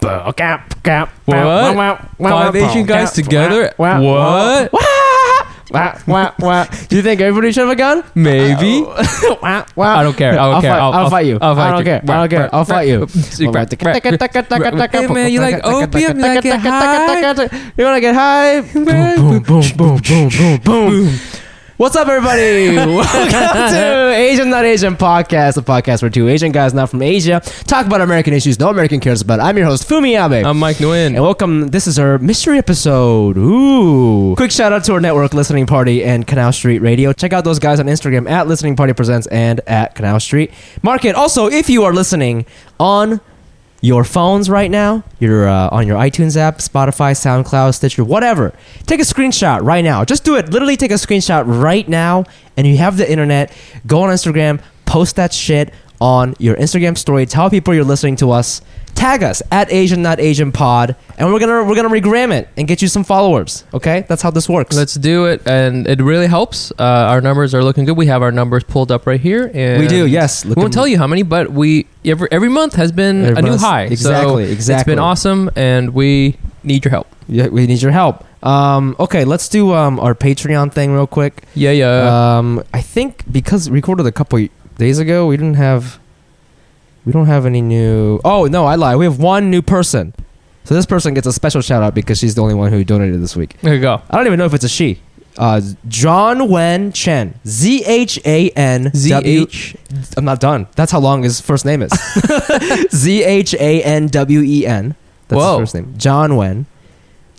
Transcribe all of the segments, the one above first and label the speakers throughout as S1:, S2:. S1: together. Oh, gap, gap.
S2: What?
S1: Wow, wow, wow,
S2: Five
S1: wow,
S2: Asian
S1: wow,
S2: guys
S1: gap,
S2: together?
S1: wow, wow,
S2: What?
S1: Wow, wow, wow, wow. Do you think everybody should have a gun?
S2: Maybe.
S1: wow, wow.
S2: I don't care. I don't
S1: will
S2: care.
S1: Fight,
S2: I'll-
S1: I'll,
S2: I'll-
S1: fight you.
S2: I'll fight
S1: I don't
S2: you.
S1: care. I don't care. I'll fight you.
S2: Hey, man, you like opium? You like get high?
S1: You want to get high? Boom, boom, boom, boom, boom, boom, boom. What's up, everybody? Welcome to Asian Not Asian Podcast, a podcast where two Asian guys not from Asia talk about American issues no American cares about. I'm your host, Fumi Abe.
S2: I'm Mike
S1: and
S2: Nguyen.
S1: welcome. This is our mystery episode. Ooh! Quick shout out to our network, Listening Party and Canal Street Radio. Check out those guys on Instagram at Listening Party Presents and at Canal Street Market. Also, if you are listening on your phones right now, you're uh, on your iTunes app, Spotify, SoundCloud, Stitcher, whatever. Take a screenshot right now. Just do it. Literally take a screenshot right now, and you have the internet. Go on Instagram, post that shit on your Instagram story. Tell people you're listening to us. Tag us at Asian Not Asian Pod, and we're gonna we're gonna regram it and get you some followers. Okay, that's how this works.
S2: Let's do it, and it really helps. Uh, our numbers are looking good. We have our numbers pulled up right here, and
S1: we do. Yes,
S2: We won't tell you how many, but we every every month has been
S1: Every
S2: a new
S1: month.
S2: high.
S1: Exactly,
S2: so It's
S1: exactly.
S2: been awesome, and we need your help.
S1: Yeah, we need your help. Um, okay, let's do um, our Patreon thing real quick.
S2: Yeah, yeah.
S1: um, I think because we recorded a couple days ago, we didn't have we don't have any new. Oh no, I lied. We have one new person. So this person gets a special shout out because she's the only one who donated this week.
S2: there you go.
S1: I don't even know if it's a she. Uh, John Wen Chen. Z H A N
S2: Z
S1: W.
S2: H.
S1: I'm not done. That's how long his first name is. Z H A N W E N. That's
S2: Whoa.
S1: his first name. John Wen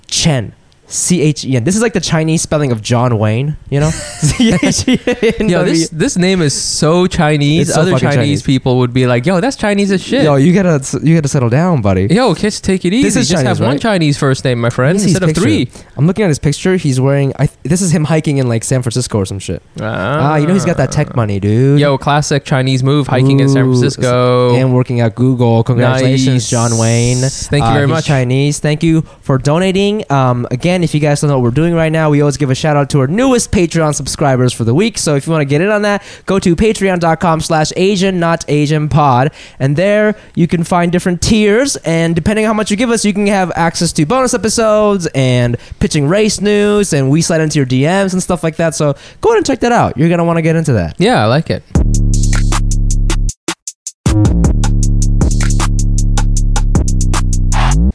S1: Chen. C H E N. This is like the Chinese spelling of John Wayne, you know? Z H E N.
S2: Yo,
S1: W E N.
S2: this this name is so Chinese.
S1: It's so
S2: Other
S1: fucking
S2: Chinese,
S1: Chinese.
S2: people would be like, "Yo, that's Chinese as shit." Yo,
S1: Yo, you gotta you gotta settle down, buddy.
S2: just take it easy.
S1: is
S2: just
S1: Chinese,
S2: have one
S1: right?
S2: Chinese first name, my
S1: Let me
S2: friend,
S1: see his
S2: instead of
S1: picture.
S2: three.
S1: I'm looking at his picture. He's wearing. I, this is him hiking in like San Francisco or some shit. Ah, you know he's got that tech money, dude.
S2: Yo, classic Chinese move, hiking in San
S1: Ooh,
S2: Francisco.
S1: and working at Google. Congratulations,
S2: Nice.
S1: John Wayne.
S2: Thank you
S1: Uh,
S2: very
S1: he's
S2: much.
S1: Chinese. Thank you for donating. Um, again, if you guys don't know what we're doing right now, we always give a shout out to our newest Patreon subscribers for the week. So if you want to get in on that, go to patreon.com slash Asian not Asian pod. And there you can find different tiers. And depending on how much you give us, you can have access to bonus episodes and pitching race news. And we slide into your DMs and stuff like that. So go ahead and check that out. You're going to want to get into that.
S2: Yeah, I like it.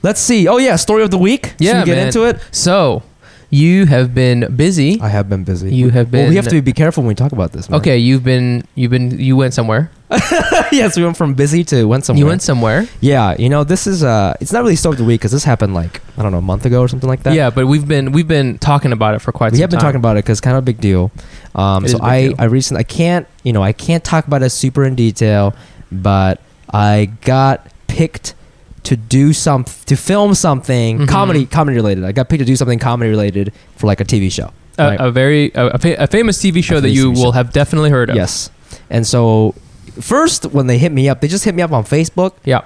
S1: Let's see. Oh, yeah. Story of the week. Should
S2: Yeah,
S1: we get
S2: man.
S1: into it?
S2: So, you have been busy.
S1: I have been busy.
S2: You have
S1: Well,
S2: been.
S1: we have to be careful when we talk about this. man.
S2: Okay, you've been. You've been. You went somewhere.
S1: yes, we went from busy to went somewhere.
S2: You went somewhere.
S1: Yeah, you know, this is uh, it's not really story of the week because this happened like I don't know a month ago or something like that.
S2: yeah, but we've been we've been talking about it for quite
S1: we
S2: some
S1: have been
S2: time.
S1: talking about it because kind of a big deal. Um,
S2: It is
S1: so
S2: a big
S1: I
S2: deal.
S1: I recently I can't you know I can't talk about it super in detail, but I got picked to do some to film something
S2: Mhm.
S1: comedy comedy related. I got picked to do something comedy related for like a TV show.
S2: a,
S1: Right.
S2: a very a, a fa- a famous TV show that
S1: famous
S2: you
S1: TV show.
S2: will have definitely heard of.
S1: Yes, and so first when they hit me up, they just hit me up on Facebook.
S2: Yeah.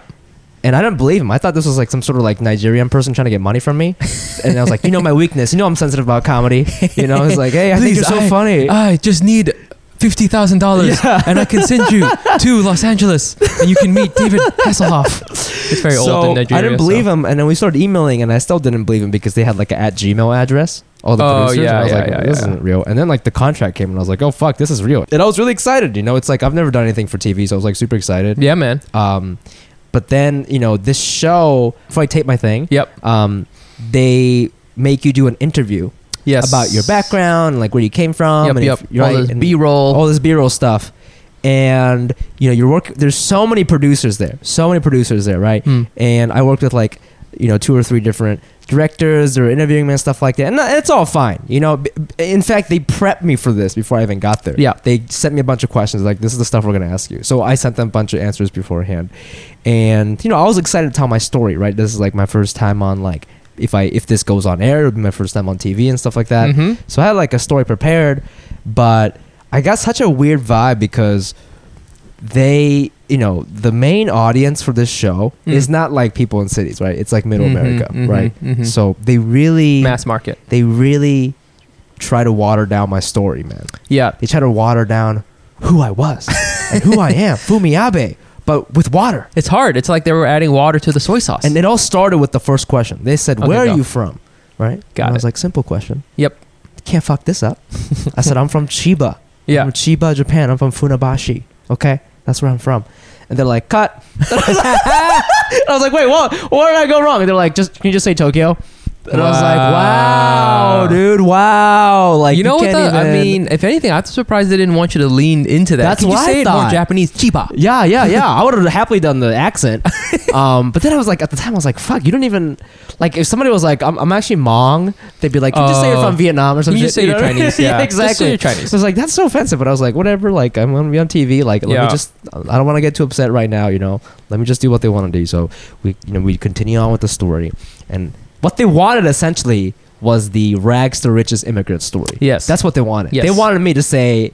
S1: And I didn't believe him. I thought this was like some sort of like Nigerian person trying to get money from me. And I was like, you know my weakness. You know I'm sensitive about comedy. You know, it's like, hey, I
S2: Please,
S1: think you're so
S2: I-
S1: funny.
S2: I just need fifty thousand dollars,
S1: Yeah.
S2: and I can send you to Los Angeles, and you can meet David Hasselhoff. It's very
S1: so
S2: old in Nigeria.
S1: I didn't
S2: so-
S1: believe him. And then we started emailing, and I still didn't believe him because they had like an at Gmail address. All the
S2: Oh,
S1: producers.
S2: yeah,
S1: and I was
S2: yeah,
S1: like,
S2: yeah,
S1: this
S2: yeah.
S1: isn't real. And then like the contract came, and I was like, oh fuck, this is real. And I was really excited. You know, it's like I've never done anything for TV, so I was like super excited.
S2: Yeah, man.
S1: Um, but then you know this show. Before I tape my thing,
S2: Yep.
S1: um, they make you do an interview.
S2: Yes.
S1: about your background, like where you came from,
S2: Yep.
S1: and
S2: Yep.
S1: if you're
S2: all
S1: right,
S2: this
S1: and
S2: B-roll.
S1: all this B-roll stuff. And you know, you're work. There's so many producers there, so many producers there, right?
S2: Hmm.
S1: And I worked with like, you know, two or three different directors or interviewing me and stuff like that. And uh, it's all fine, you know. B- In fact, they prepped me for this before I even got there.
S2: Yeah.
S1: they sent me a bunch of questions, like this is the stuff we're gonna ask you. So I sent them a bunch of answers beforehand, and you know, I was excited to tell my story, right? This is like my first time on like. If I if this goes on air, it'll be my first time on TV and stuff like that.
S2: Mhm.
S1: So I had like a story prepared, but I got such a weird vibe because they, you know, the main audience for this show
S2: Mm.
S1: is not like people in cities, right? It's like middle
S2: Mhm,
S1: America,
S2: mhm,
S1: right?
S2: mhm.
S1: So they really,
S2: mass market.
S1: they really try to water down my story, man.
S2: Yeah.
S1: They try to water down who I was and who I am, Fumiabe, but with water.
S2: It's hard. It's like they were adding water to the soy sauce.
S1: And it all started with the first question. They said,
S2: Okay,
S1: "Where
S2: go.
S1: are you from?" Right?
S2: Got
S1: and I was
S2: it.
S1: like, "Simple question."
S2: Yep.
S1: Can't fuck this up. I said, "I'm from Chiba."
S2: yeah.
S1: I'm from Chiba, Japan. I'm from Funabashi. Okay, that's where I'm from. And they're like, "Cut." And I was like- I was like, "Wait, what? Where did I go wrong?" And they're like, "Just can you just say Tokyo?" And I was like,
S2: Wow.
S1: "Wow, dude, wow!" Like
S2: you know what?
S1: can't
S2: Though? I
S1: even-
S2: mean, if anything, I'm surprised they didn't want you to lean into that.
S1: That's
S2: Could you
S1: what I
S2: say it more
S1: thought.
S2: Japanese chiba.
S1: Yeah, yeah, yeah. I would have happily done the accent. Um, but then I was like, at the time, I was like, fuck, you don't even. Like, if somebody was like, I'm, I'm actually Hmong, they'd be like, can you just say you're
S2: Oh.
S1: from Vietnam or
S2: Can
S1: something.
S2: you just say you're Chinese? Yeah. Just say
S1: exactly.
S2: you're Chinese.
S1: So I was like, that's so offensive. But I was like, whatever, like, I'm going to be on TV. Like, let
S2: Yeah.
S1: me just. I don't want to get too upset right now, you know? Let me just do what they want to do. So we, you know, we continue on with the story. And what they wanted essentially was the rags to riches immigrant story.
S2: Yes.
S1: That's what they wanted.
S2: Yes.
S1: They wanted me to say,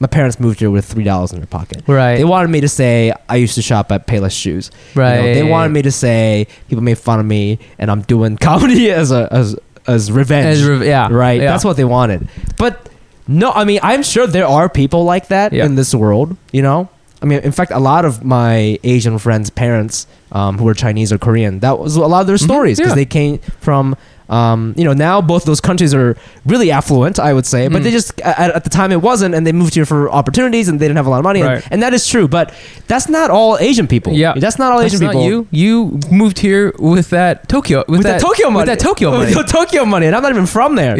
S1: my parents moved here with $3 in their pocket.
S2: right.
S1: They wanted me to say I used to shop at Payless Shoes. You know,
S2: right.
S1: they wanted me to say people made fun of me and I'm doing comedy as a as as revenge.
S2: As re- yeah.
S1: right.
S2: Yeah.
S1: That's what they wanted. But no, I mean I'm sure there are people like that
S2: Yeah.
S1: in this world. You know. I mean, in fact, a lot of my Asian friends' parents um, who were Chinese or Korean, that was a lot of their stories because
S2: Mm-hmm. yeah.
S1: they came from, um, you know, now both those countries are really affluent, I would say, but
S2: Mm.
S1: they just, at, at the time it wasn't, and they moved here for opportunities and they didn't have a lot of money. and-
S2: Right.
S1: And, that is true, but that's not all Asian people.
S2: Yeah.
S1: That's not all
S2: That's
S1: Asian
S2: not
S1: people.
S2: you. You moved here with that Tokyo. With,
S1: With that, Tokyo money.
S2: With that Tokyo money.
S1: With the Tokyo money, and I'm not even from there,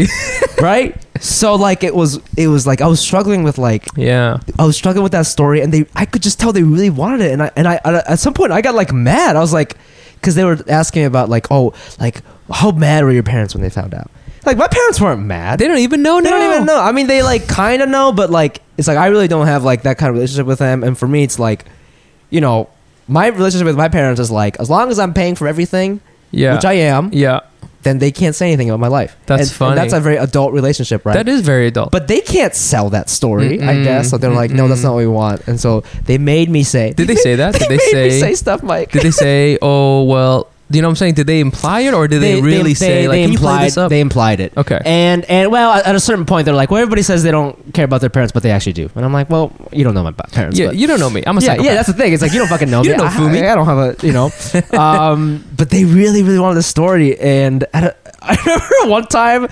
S1: right? So like it was, it was like I was struggling with like
S2: yeah.
S1: I was struggling with that story, and they I could just tell they really wanted it, and I and I and at some point I got like mad. I was like, because they were asking me about like oh like how mad were your parents when they found out? Like my parents weren't mad.
S2: They don't even know
S1: They
S2: now.
S1: don't even know. I mean, they like kind of know, but like it's like I really don't have like that kind of relationship with them. And for me, it's like, you know, my relationship with my parents is like as long as I'm paying for everything,
S2: Yeah.
S1: which I am,
S2: yeah.
S1: then they can't say anything about my life.
S2: That's
S1: And-
S2: funny.
S1: And that's a very adult relationship, right?
S2: That is very adult.
S1: but they can't sell that story, I
S2: Mm-mm,
S1: guess. So they're like, no, that's
S2: mm-mm.
S1: not what we want. And so they made me say.
S2: did they say that?
S1: They
S2: Did they
S1: made
S2: say?
S1: me say stuff, Mike.
S2: did they say? Oh well. You know what I'm saying? Did they imply it or did they, really say like?
S1: they
S2: can
S1: implied,
S2: you play this up?
S1: They implied it.
S2: okay.
S1: And and well, at at a certain point, they're like, well, everybody says they don't care about their parents, but they actually do. And I'm like, well, you don't know my pa- parents.
S2: yeah.
S1: but-
S2: You don't know me. I'm a
S1: yeah,
S2: psychopath.
S1: yeah, that's the thing. It's like you don't fucking know
S2: You
S1: me.
S2: don't know
S1: I,
S2: Fumi.
S1: I, don't have a you know. Um, but they really, really wanted the story, and at a, I remember one time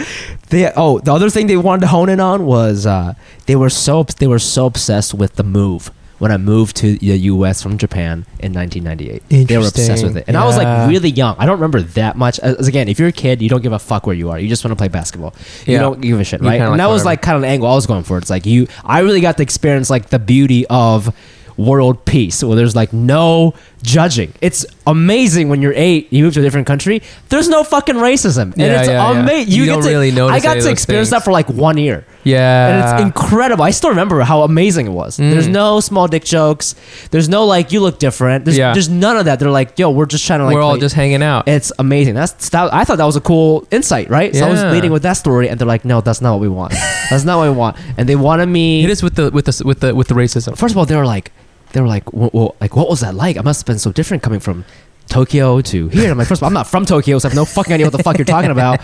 S1: they oh the other thing they wanted to hone in on was uh, they were so obs- they were so obsessed with the move. When I moved to the U.S. from Japan in 1998, they were obsessed
S2: Interesting.
S1: with it, and I was
S2: Yeah.
S1: like really young. I don't remember that much. As as again, if you're a kid, you don't give a fuck where you are. You just want to play basketball. You
S2: Yeah.
S1: don't give a shit,
S2: You
S1: right?
S2: kinda
S1: And
S2: like
S1: that was
S2: whatever.
S1: like kind of an angle I was going for. It's like you, I really got to experience like the beauty of world peace, where there's like no judging. It's amazing when you're eight, you move to a different country. There's no fucking racism, and
S2: Yeah,
S1: it's
S2: yeah, yeah.
S1: amazing.
S2: You don't
S1: to,
S2: really notice
S1: I
S2: any
S1: got
S2: of
S1: to
S2: those
S1: experience
S2: things. Ah.
S1: that for like one year.
S2: yeah.
S1: And it's incredible. I still remember how amazing it was. There's
S2: Mm.
S1: no small dick jokes. There's no like you look different. There's,
S2: Yeah.
S1: there's none of that. They're like, yo, we're just trying to like
S2: We're all
S1: play-
S2: just hanging out.
S1: it's amazing. That's that, I thought that was a cool insight, right? So I was
S2: Yeah.
S1: leading with that story, and they're like, "No, that's not what we want. that's not what we want." And they wanted me.
S2: Hit us with the with the with the with the racism.
S1: First of all, they were like, they were like, well, well, like, what was that like? I must have been so different coming from Tokyo to here. I'm like, first of all, I'm not from Tokyo, so I have no fucking idea what the fuck you're talking about.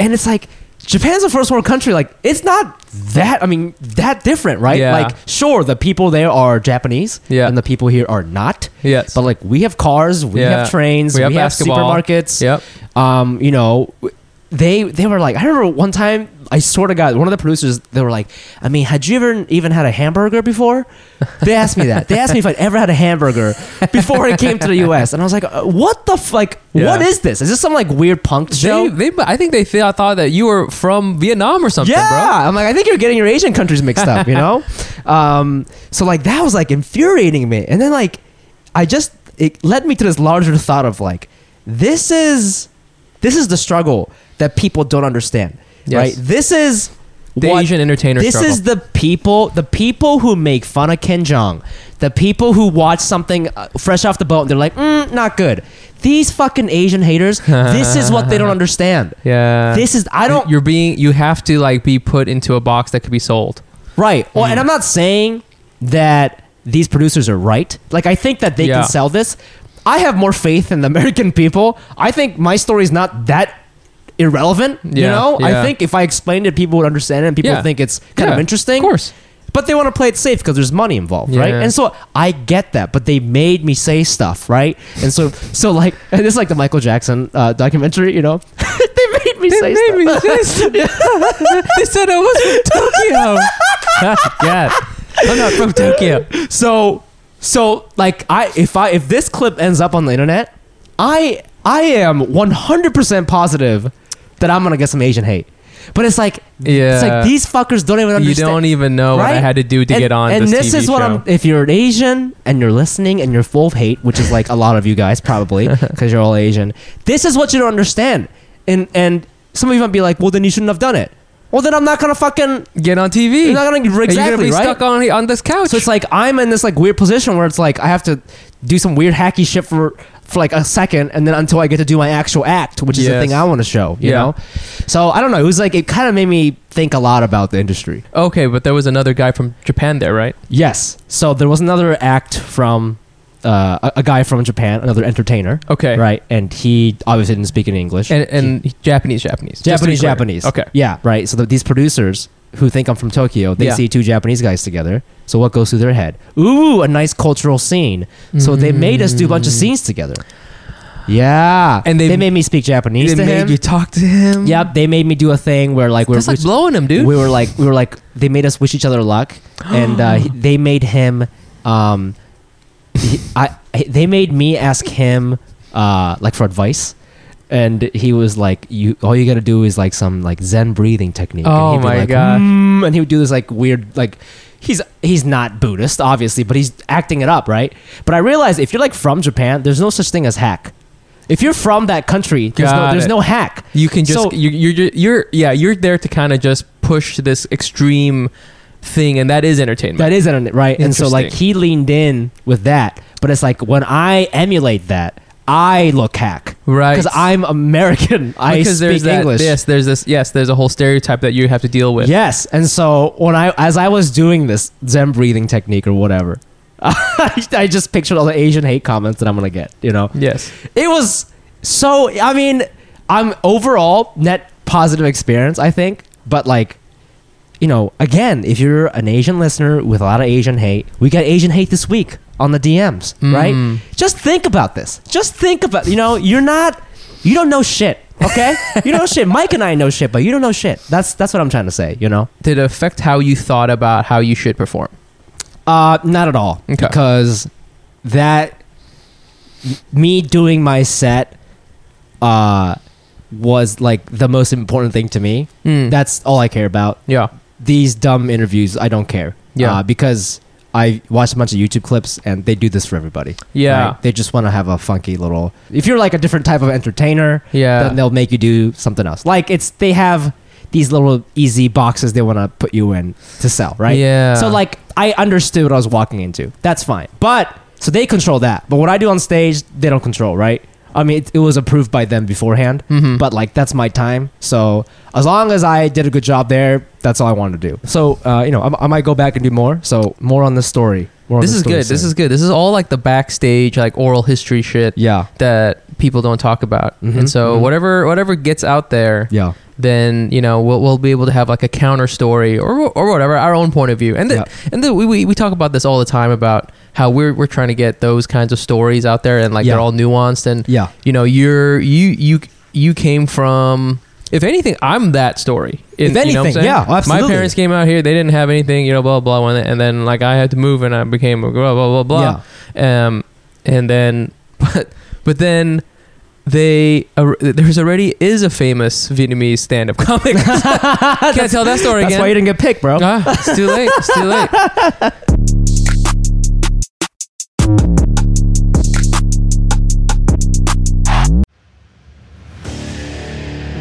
S1: And it's like, Japan's a first world country. Like, it's not that, I mean, that different, right?
S2: Yeah.
S1: Like, sure, the people there are Japanese,
S2: Yeah.
S1: and the people here are not.
S2: Yes.
S1: But like, we have cars, we
S2: Yeah.
S1: have trains,
S2: We
S1: we
S2: have
S1: have,
S2: basketball.
S1: supermarkets.
S2: Yep.
S1: Um, you know, they they were like, I remember one time, I swear to God, one of the producers, they were like, I mean, had you ever even had a hamburger before? They asked me that. They asked me if I'd ever had a hamburger before I came to the U.S. And I was like, uh, what the f- like?
S2: Yeah.
S1: What is this? Is this some like weird punk show?
S2: They, they, I think they th- thought that you were from Vietnam or something,
S1: yeah,
S2: bro.
S1: I'm like, I think you're getting your Asian countries mixed up, you know? um, so like that was like infuriating me. And then like I just it led me to this larger thought of like this is this is the struggle that people don't understand.
S2: Yes.
S1: Right? This is
S2: The
S1: what
S2: Asian entertainer
S1: this
S2: struggle.
S1: is the people the people who make fun of Ken Jong, the people who watch something uh, fresh off the boat and they're like, mm, not good. These fucking Asian haters, this is what they don't understand.
S2: yeah.
S1: This is I don't
S2: You're being. You have to like be put into a box that could be sold.
S1: Right. Well,
S2: Mm-hmm.
S1: and I'm not saying that these producers are right. Like, I think that they
S2: Yeah.
S1: can sell this. I have more faith in the American people. I think my story is not that irrelevant. You
S2: Yeah,
S1: know,
S2: yeah.
S1: I think if I explained it, people would understand it and people
S2: Yeah.
S1: think it's kind
S2: Yeah,
S1: of interesting.
S2: Of course.
S1: but they want to play it safe because there's money involved, right?
S2: Yeah.
S1: And so I get that, but they made me say stuff, right? And so, so like, and it's like the Michael Jackson uh, documentary, you know? they made me say stuff.
S2: they said I was from Tokyo. yeah, I'm not from Tokyo.
S1: So so like I if I if this clip ends up on the internet, I I am 100% positive that I'm going to get some Asian hate. But it's like
S2: Yeah.
S1: it's like these fuckers don't even
S2: You
S1: understand.
S2: don't even know what I
S1: right?
S2: had to do to
S1: and,
S2: get on
S1: and
S2: this,
S1: this,
S2: TV
S1: is what
S2: show.
S1: I'm if you're an Asian and you're listening and you're full of hate, which is like a lot of you guys probably because you're all Asian. This is what you don't understand. And and some of you might be like, "Well, then you shouldn't have done it." Well, then I'm not going to fucking
S2: Get on TV.
S1: you're not going to
S2: And
S1: exactly
S2: you're gonna be
S1: right?
S2: stuck on on this couch.
S1: So it's like I'm in this like weird position where it's like I have to do some weird hacky shit for for like a second, and then until I get to do my actual act, which is the
S2: Yes.
S1: thing I want to show. You
S2: Yeah.
S1: know. So I don't know. It was like it kind of made me think a lot about the industry.
S2: okay, but there was another guy from Japan there, right?
S1: Yes. So there was another act from uh, a, a guy from Japan, another entertainer,
S2: Okay,
S1: right? And he obviously didn't speak in English.
S2: And and Japanese, Japanese, Just to be
S1: Japanese,
S2: clear.
S1: Japanese.
S2: Okay,
S1: Yeah, right. So the, these producers who think I'm from Tokyo, they
S2: Yeah.
S1: see two Japanese guys together. So what goes through their head? Ooh, a nice cultural scene. So they made us do a bunch of
S2: Mm.
S1: scenes together. Yeah,
S2: And they-
S1: they made me speak Japanese
S2: They
S1: to
S2: made
S1: him.
S2: you talk to him.
S1: yep, they made me do a thing where like we're,
S2: that's like blowing him, dude.
S1: we were like we were like they made us wish each other luck, and uh, he- they made him. Um, he- I he- they made me ask him uh, like for advice, and he was like, "You all you gotta do is like some like Zen breathing technique."
S2: Oh
S1: and he'd be
S2: my
S1: like,
S2: gosh.
S1: "Mm," and he would do this like weird like. He's, he's not Buddhist, obviously, but he's acting it up, right? But I realize if you're like from Japan, there's no such thing as hack. If you're from that country, there's, no,
S2: Got
S1: there's
S2: it.
S1: no hack.
S2: You can just
S1: So-
S2: you, you're ju- you're yeah you're there to kind of just push this extreme thing, and that is entertainment.
S1: That is internet, right? And so like
S2: Interesting.
S1: he leaned in with that, but it's like when I emulate that, I look hack
S2: right?
S1: because I'm American. I
S2: because
S1: speak
S2: there's that,
S1: English.
S2: This there's this yes there's a whole stereotype that you have to deal with.
S1: Yes, and so when I as I was doing this Zen breathing technique or whatever, I, I just pictured all the Asian hate comments that I'm gonna get. You know,
S2: Yes.
S1: it was so. I mean, I'm overall net positive experience. I think, but like. You know, again, if you're an Asian listener with a lot of Asian hate, we got Asian hate this week on the DMs, right?
S2: Mm.
S1: just think about this. Just think about you know, you're not you don't know shit. Okay? you don't know shit. Mike and I know shit, but you don't know shit. That's that's what I'm trying to say, you know?
S2: Did it affect how you thought about how you should perform?
S1: Uh not at all.
S2: Okay.
S1: Because that me doing my set uh was like the most important thing to me.
S2: Mm.
S1: That's all I care about.
S2: yeah.
S1: These dumb interviews, I don't care.
S2: Yeah.
S1: Uh, because I watched a bunch of YouTube clips and they do this for everybody.
S2: Yeah.
S1: Right? They just want to have a funky little. If you're like a different type of entertainer,
S2: Yeah.
S1: then they'll make you do something else. Like it's they have these little easy boxes they want to put you in to sell, right?
S2: Yeah.
S1: So like I understood what I was walking into. That's fine. But so they control that. But what I do on stage, they don't control, right? I mean, it, it was approved by them beforehand,
S2: Mhm.
S1: but like that's my time. So as long as I did a good job there, that's all I wanted to do. So uh, you know, I, I might go back and do more. So more on this story. More on
S2: this
S1: the
S2: is
S1: story
S2: good. This
S1: soon.
S2: is good. This is all like the backstage like oral history shit
S1: yeah,
S2: that people don't talk about.
S1: Mhm.
S2: And so
S1: Mhm.
S2: whatever whatever gets out there,
S1: yeah.
S2: then you know we'll, we'll be able to have like a counter story or or whatever our own point of view and the,
S1: Yeah.
S2: and the, we, we we talk about this all the time about how we're we're trying to get those kinds of stories out there and like
S1: Yeah.
S2: they're all nuanced and
S1: Yeah.
S2: you know you're you you you came from if anything I'm that story you
S1: If
S2: know what I'm
S1: anything,
S2: saying?
S1: yeah,
S2: my
S1: absolutely.
S2: parents came out here they didn't have anything you know blah blah blah and then like I had to move and I became a blah blah blah blah
S1: Yeah.
S2: um, and then but but then they uh, there's already is a famous Vietnamese stand-up comic. Can't tell that story
S1: That's
S2: again.
S1: why you didn't get picked, bro.
S2: Ah, it's too late. It's too late.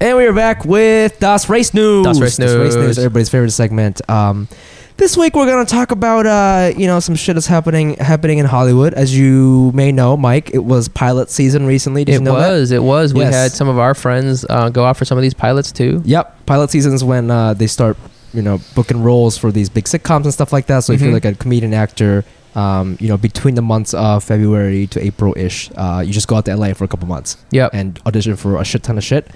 S1: And we are back with Das Race News.
S2: Das Race News.
S1: everybody's favorite segment. Um, this week we're gonna talk about uh, you know some shit that's happening happening in Hollywood. As you may know, Mike, it was pilot season recently. Did you
S2: It
S1: know that?
S2: was. It was. We
S1: Yes.
S2: had some of our friends uh, go out for some of these pilots too.
S1: Yep, pilot seasons when uh, they start, you know, booking roles for these big sitcoms and stuff like that. So if you're
S2: Mhm.
S1: like a comedian actor, um, you know, between the months of February to April ish, uh, you just go out to LA for a couple months
S2: Yep.
S1: and audition for a shit ton of shit,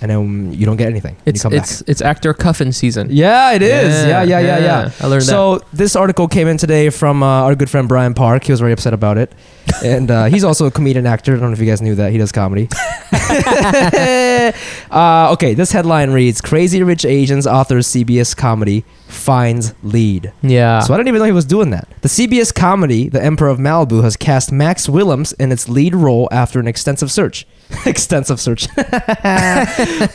S1: and then you don't get anything. and
S2: it's
S1: you come
S2: it's
S1: back.
S2: it's actor cuffin season.
S1: Yeah, it is. Yeah, yeah, yeah, yeah.
S2: I learned that.
S1: So this article came in today from uh, our good friend Brian Park. He was very upset about it, and uh, he's also a comedian actor. I don't know if you guys knew that he does comedy. uh, okay, this headline reads: "Crazy Rich Asians authors CBS comedy finds lead."
S2: Yeah.
S1: So I didn't even know he was doing that. The CBS comedy The Emperor of Malibu has cast Max Willems in its lead role after an extensive search. extensive search.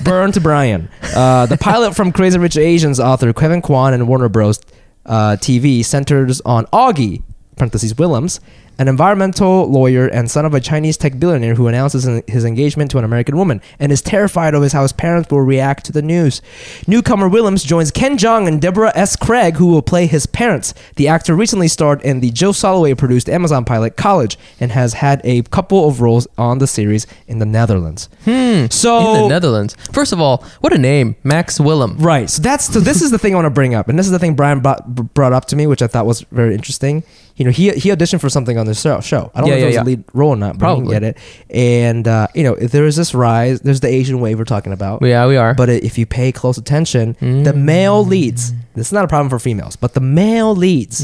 S1: Burn to Brian. Uh, the pilot from Crazy Rich Asians author Kevin Kwan and Warner Bros. Uh, TV centers on Augie, parentheses Willems, an environmental lawyer and son of a Chinese tech billionaire who announces en- his engagement to an American woman and is terrified of his how his parents will react to the news. Newcomer Willems joins Ken Jeong and Deborah S. Craig, who will play his parents. The actor recently starred in the Joe Soloway produced Amazon pilot College and has had a couple of roles on the series in the Netherlands. Hmm. So
S2: in the Netherlands. First of all, what a name, Max Willem.
S1: Right. So that's so this is the thing I want to bring up, and this is the thing Brian brought, brought up to me, which I thought was very interesting. You know, he he auditioned for something on this show. show. I don't
S2: Yeah,
S1: know if
S2: yeah,
S1: it was
S2: yeah.
S1: a lead role or not, but Probably.
S2: Probably.
S1: get it. And uh, you know, if there is this rise. There's the Asian wave we're talking about.
S2: Yeah, Mm. we are.
S1: But if you pay close attention, the male leads. This is not a problem for females, but the male leads.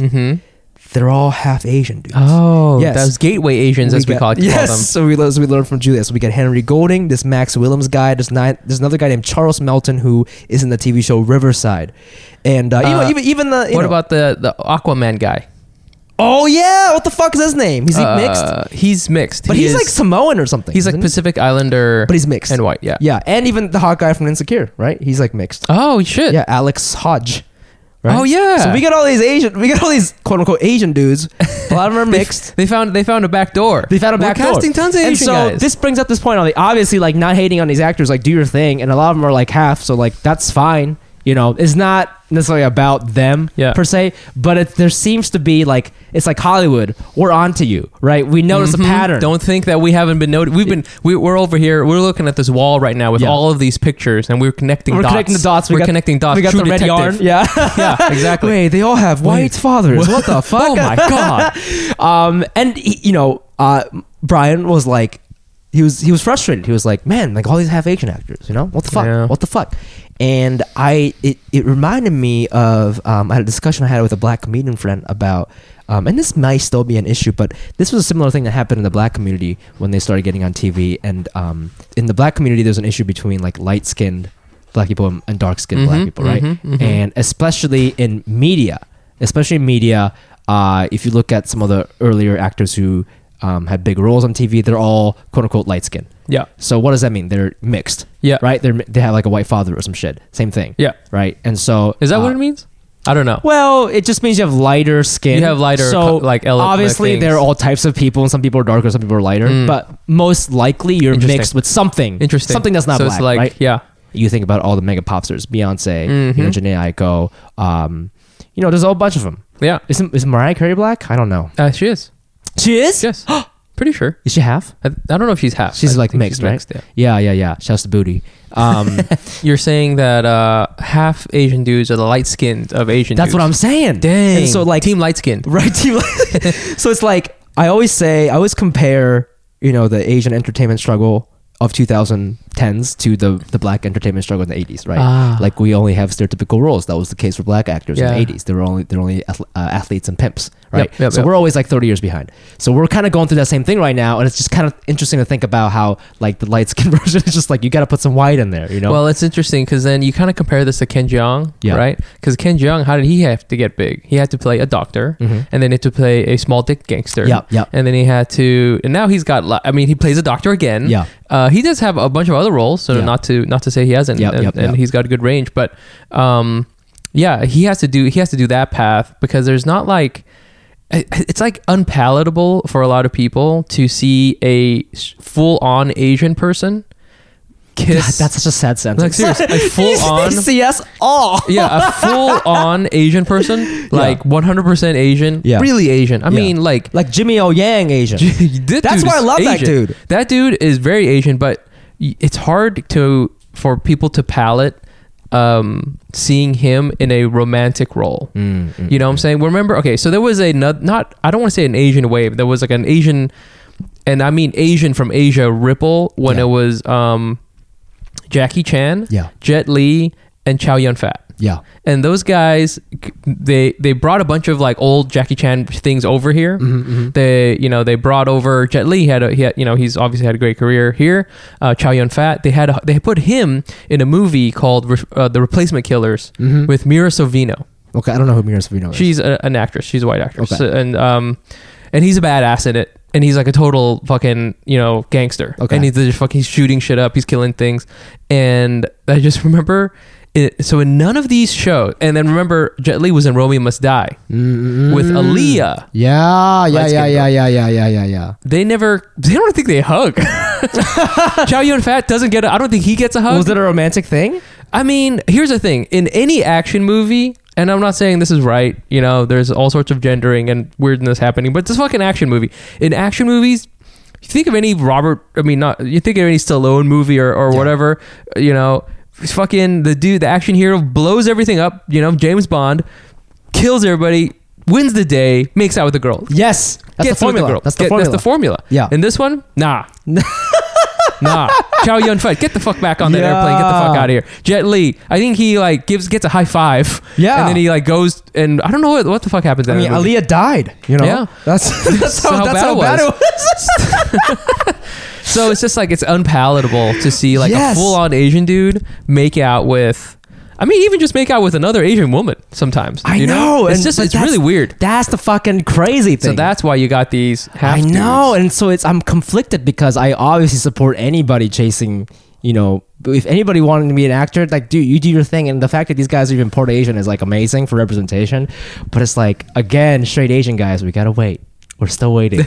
S1: They're all half Asian dudes.
S2: Mm-hmm. oh,
S1: Yes.
S2: those gateway Asians, as we
S1: got-
S2: call, call
S1: yes,
S2: them.
S1: so we learned, so we learned from Julius. we got Henry Golding, this Max Willems guy. There's nine, There's another guy named Charles Melton who is in the TV show Riverside, and uh, you know,
S2: Uh,
S1: even even the you
S2: What
S1: know-
S2: about the the Aquaman guy?
S1: oh yeah, what the fuck is his name? He's
S2: Uh,
S1: he mixed,
S2: He's mixed.
S1: but
S2: He
S1: he's
S2: is-
S1: like Samoan or something.
S2: he's like
S1: isn't he?
S2: Pacific Islander,
S1: but he's mixed
S2: and white. Yeah.
S1: yeah, and even the hot guy from Insecure, right? He's like mixed.
S2: Oh shit.
S1: Yeah, Alex Hodge. right?
S2: Oh, yeah.
S1: So we got all these Asian, we got all these quote unquote Asian dudes. A lot of them are
S2: They-
S1: mixed.
S2: They found they found a back door.
S1: They found a
S2: We're
S1: back door.
S2: casting tons of
S1: and
S2: Asian
S1: so
S2: guys.
S1: this brings up this point on like obviously like not hating on these actors, like do your thing, and a lot of them are like half, so like that's fine. You know, it's not necessarily about them
S2: Yeah.
S1: per se, but it, there seems to be like it's like Hollywood, we're onto you, right? We notice a pattern.
S2: Mm-hmm. Don't think that we haven't been noted. We've been we, we're over here. We're looking at this wall right now with
S1: Yeah.
S2: all of these pictures, and we're connecting.
S1: we're
S2: dots.
S1: connecting the dots. We
S2: we're
S1: got,
S2: connecting dots.
S1: We got
S2: True
S1: the red yarn.
S2: detective.
S1: Yeah,
S2: Yeah, exactly.
S1: Wait, they all have white fathers. What the fuck?
S2: Oh my god.
S1: um, and he- you know, uh, Brian was like, he was he was frustrated. He was like, man, like all these half Asian actors, you know, what the fuck,
S2: Yeah.
S1: what the fuck. And I, it, it reminded me of um, I had a discussion I had with a black comedian friend about, um, and this might still be an issue, but this was a similar thing that happened in the black community when they started getting on TV. And um, in the black community, there's an issue between like light skinned black people and- and dark skinned black
S2: Mhm,
S1: people, right?
S2: mhm, mhm.
S1: And especially in media, especially in media, uh, if you look at some of the earlier actors who um, had big roles on TV, they're all quote unquote light skinned.
S2: Yeah.
S1: So what does that mean? They're mixed.
S2: Yeah.
S1: Right? They're, mi- they have like a white father or some shit. Same thing.
S2: Yeah.
S1: Right? And so.
S2: Is that what
S1: uh,
S2: it means? I don't know.
S1: Well, it just means you have lighter skin.
S2: You have lighter
S1: so
S2: co- like ele-
S1: obviously
S2: things. Mm.
S1: there are all types of people, and some people are darker, some people are lighter. But most likely you're
S2: Interesting.
S1: mixed with something,
S2: Interesting.
S1: something that's not
S2: so
S1: black,
S2: it's like,
S1: right?
S2: Yeah.
S1: you think about all the mega popsters, Beyonce, you know, Janae Aiko, um, you know, there's a whole bunch of them.
S2: Yeah.
S1: Isn't is Mariah Carey black? I don't know.
S2: Uh, she is.
S1: She is.
S2: Yes. Pretty sure.
S1: Is she half?
S2: I, I don't know if she's half.
S1: She's
S2: I
S1: like
S2: think
S1: mixed, right?
S2: yeah.
S1: yeah, yeah, yeah. Shouts to Booty. Um,
S2: You're saying that uh, half Asian dudes are the light skinned of Asian
S1: that's
S2: dudes.
S1: what I'm saying.
S2: Dang.
S1: And so like
S2: team light skinned.
S1: right team. so it's like I always say I always compare you know the Asian entertainment struggle of 2010 tends to the the black entertainment struggle in the 80s, right?
S2: Ah.
S1: Like we only have stereotypical roles. That was the case for black actors
S2: Yeah.
S1: in the 80s. They were only they're only ath- uh, athletes and pimps, right?
S2: Yep, yep,
S1: so
S2: yep.
S1: we're always like 30 years behind. So we're kind of going through that same thing right now, and it's just kind of interesting to think about how like the light skin version is just like you got to put some white in there, you know?
S2: Well, it's interesting because then you kind of compare this to Ken Jeong,
S1: Yeah.
S2: right? Because Ken Jeong, how did he have to get big? He had to play a doctor,
S1: Mm-hmm.
S2: and then he had to play a small dick gangster.
S1: Yep, yep.
S2: And then he had to, and now he's got. li- I mean, he plays a doctor again.
S1: Yeah.
S2: Uh, he does have a bunch of other roles, so
S1: Yeah.
S2: not to not to say he hasn't,
S1: Yep,
S2: and,
S1: yep,
S2: and
S1: yep.
S2: he's got good range, but um, yeah, he has to do he has to do that path because there's not like I- it's like unpalatable for a lot of people to see a full on Asian person kiss.
S1: that's such a sad sentence.
S2: Like serious, like full on.
S1: CS all.
S2: Yeah, a full on Asian person, like 100% Asian,
S1: Yeah.
S2: really Asian. I mean, like
S1: like Jimmy O Yang Asian.
S2: that
S1: That's
S2: dude
S1: why I
S2: is
S1: love that
S2: Asian.
S1: dude.
S2: That dude is very Asian, but y- it's hard to for people to palate um, seeing him in a romantic role.
S1: Mm,
S2: you know what I'm saying? Remember, okay, so there was a not, not I don't want to say an Asian wave. There was like an Asian, and I mean Asian from Asia ripple when
S1: Yeah.
S2: it was um, Jackie Chan,
S1: Yeah.
S2: Jet Li, and Chow Yun Fat.
S1: Yeah.
S2: And those guys, they they brought a bunch of like old Jackie Chan things over here. They you know they brought over Jet Li had a, he had, you know he's obviously had a great career here. Uh, Chow Yun Fat they had a, they put him in a movie called Re- uh, The Replacement Killers with Mira Sorvino.
S1: Okay, I don't know who Mira Savino is.
S2: She's a, an actress. She's a white actress,
S1: Okay.
S2: and um, and he's a badass in it. And he's like a total fucking you know gangster.
S1: Okay.
S2: And he's just fucking he's shooting shit up. He's killing things. And I just remember it. So in none of these shows, and then remember Jet Li was in Romeo Must Die
S1: Mm-hmm.
S2: with Aaliyah.
S1: yeah, yeah, yeah,
S2: Light-skinned
S1: yeah,
S2: girl.
S1: yeah, yeah, yeah, yeah, yeah.
S2: They never. They don't think they hug. Chow Yun Fat doesn't get. I I don't think he gets a hug.
S1: Was it a romantic thing?
S2: I mean, here's the thing: in any action movie, and I'm not saying this is right. You know, there's all sorts of gendering and weirdness happening, but it's a fucking action movie. In action movies, you think of any Robert. I mean, not you think of any Stallone movie or or whatever. You know, fucking the dude, the action hero blows everything up. You know, James Bond kills everybody. Wins the day, makes out with the girl.
S1: Yes, that's the
S2: Gets with
S1: formula.
S2: girl.
S1: That's the
S2: Get-
S1: formula.
S2: That's the formula.
S1: Yeah.
S2: In this one, nah. nah. Chow Yun Fat, get the fuck back on that
S1: Yeah.
S2: airplane. Get the fuck out of here. Jet Li, I think he like gives gets a high five.
S1: Yeah.
S2: And then he like goes and I don't know what, what the fuck happens.
S1: I mean, Aaliyah died. You know,
S2: Yeah.
S1: that's that's how, that's how bad it was.
S2: so it's just like it's unpalatable to see like
S1: Yes.
S2: a full on Asian dude make out with. I mean, even just make out with another Asian woman sometimes.
S1: I
S2: you
S1: know.
S2: It's
S1: and-
S2: just
S1: but
S2: it's
S1: that's-
S2: really weird.
S1: That's the fucking crazy thing.
S2: So that's why you got these. Half
S1: I know, and so it's I'm conflicted because I obviously support anybody chasing. You know, if anybody wanted to be an actor, like, dude, you do your thing. And the fact that these guys are even Port Asian is like amazing for representation. But it's like, again, straight Asian guys, we gotta wait. We're still waiting.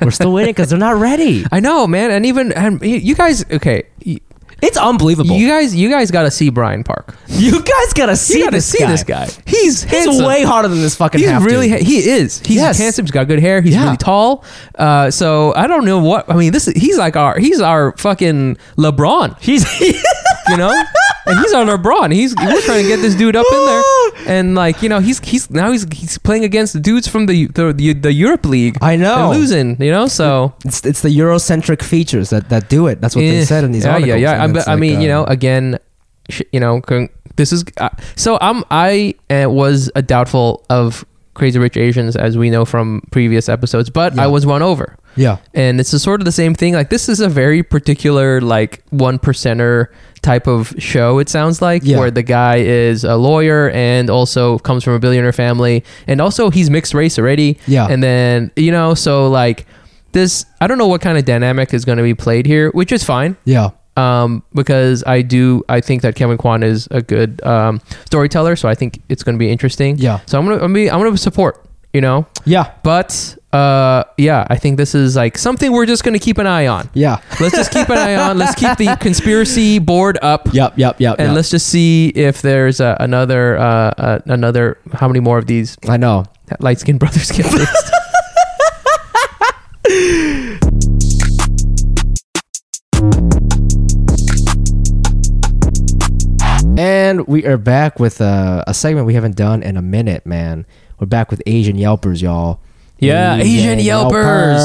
S1: We're still waiting because they're not ready.
S2: I know, man. And even and y- you guys, okay, y-
S1: It's unbelievable.
S2: you
S1: You,
S2: guys, you guys got to see Brian Park.
S1: guys gotta see,
S2: you got to
S1: this,
S2: see
S1: guy.
S2: this guy. He's
S1: He's
S2: handsome.
S1: way harder than this fucking.
S2: He's
S1: half
S2: really
S1: dude.
S2: ha- he is. He's
S1: Yes.
S2: handsome. He's got good hair. He's
S1: Yeah.
S2: really tall. Uh, so I don't know what I mean. This is- he's like our he's our fucking LeBron.
S1: he's
S2: you know? And he's on LeBron. He's we're trying to get this dude up in there, and like you know, he's he's now he's he's playing against the dudes from the the, the, the Europe League.
S1: I know.
S2: and losing. You know, so
S1: it's, it's the Eurocentric features that, that do it. That's what
S2: Eh,
S1: they said in these
S2: yeah,
S1: articles.
S2: Yeah, yeah.
S1: And
S2: I,
S1: it's
S2: but, I
S1: like,
S2: mean, you
S1: uh,
S2: know, again, sh- you know, con- this is uh, so. I'm I uh, was a doubtful of Crazy Rich Asians as we know from previous episodes, but I was won over.
S1: Yeah.
S2: And it's a sort of the same thing. Like this is a very particular, like one percenter type of show. It sounds like
S1: Yeah.
S2: where the guy is a lawyer and also comes from a billionaire family, and also he's mixed race already.
S1: Yeah.
S2: And then you know, so like this, I don't know what kind of dynamic is going to be played here, which is fine
S1: Yeah.
S2: um, because I do I think that Kevin Kwan is a good um, storyteller, so I think it's going to be interesting.
S1: Yeah.
S2: So I'm gonna I'm gonna, I'm gonna support you know,
S1: Yeah.
S2: but uh, yeah, I think this is like something we're just going to keep an eye on.
S1: Yeah.
S2: Let's just keep an eye on. Let's keep the conspiracy board up.
S1: Yep. Yep. Yep.
S2: And
S1: yep.
S2: let's just see if there's uh, another uh, uh, another how many more of these
S1: I know.
S2: light skinned brothers get released.
S1: And we are back with uh, a segment we haven't done in a minute, man. We're back with Asian Yelpers, y'all.
S2: Yeah, Asian Yelpers.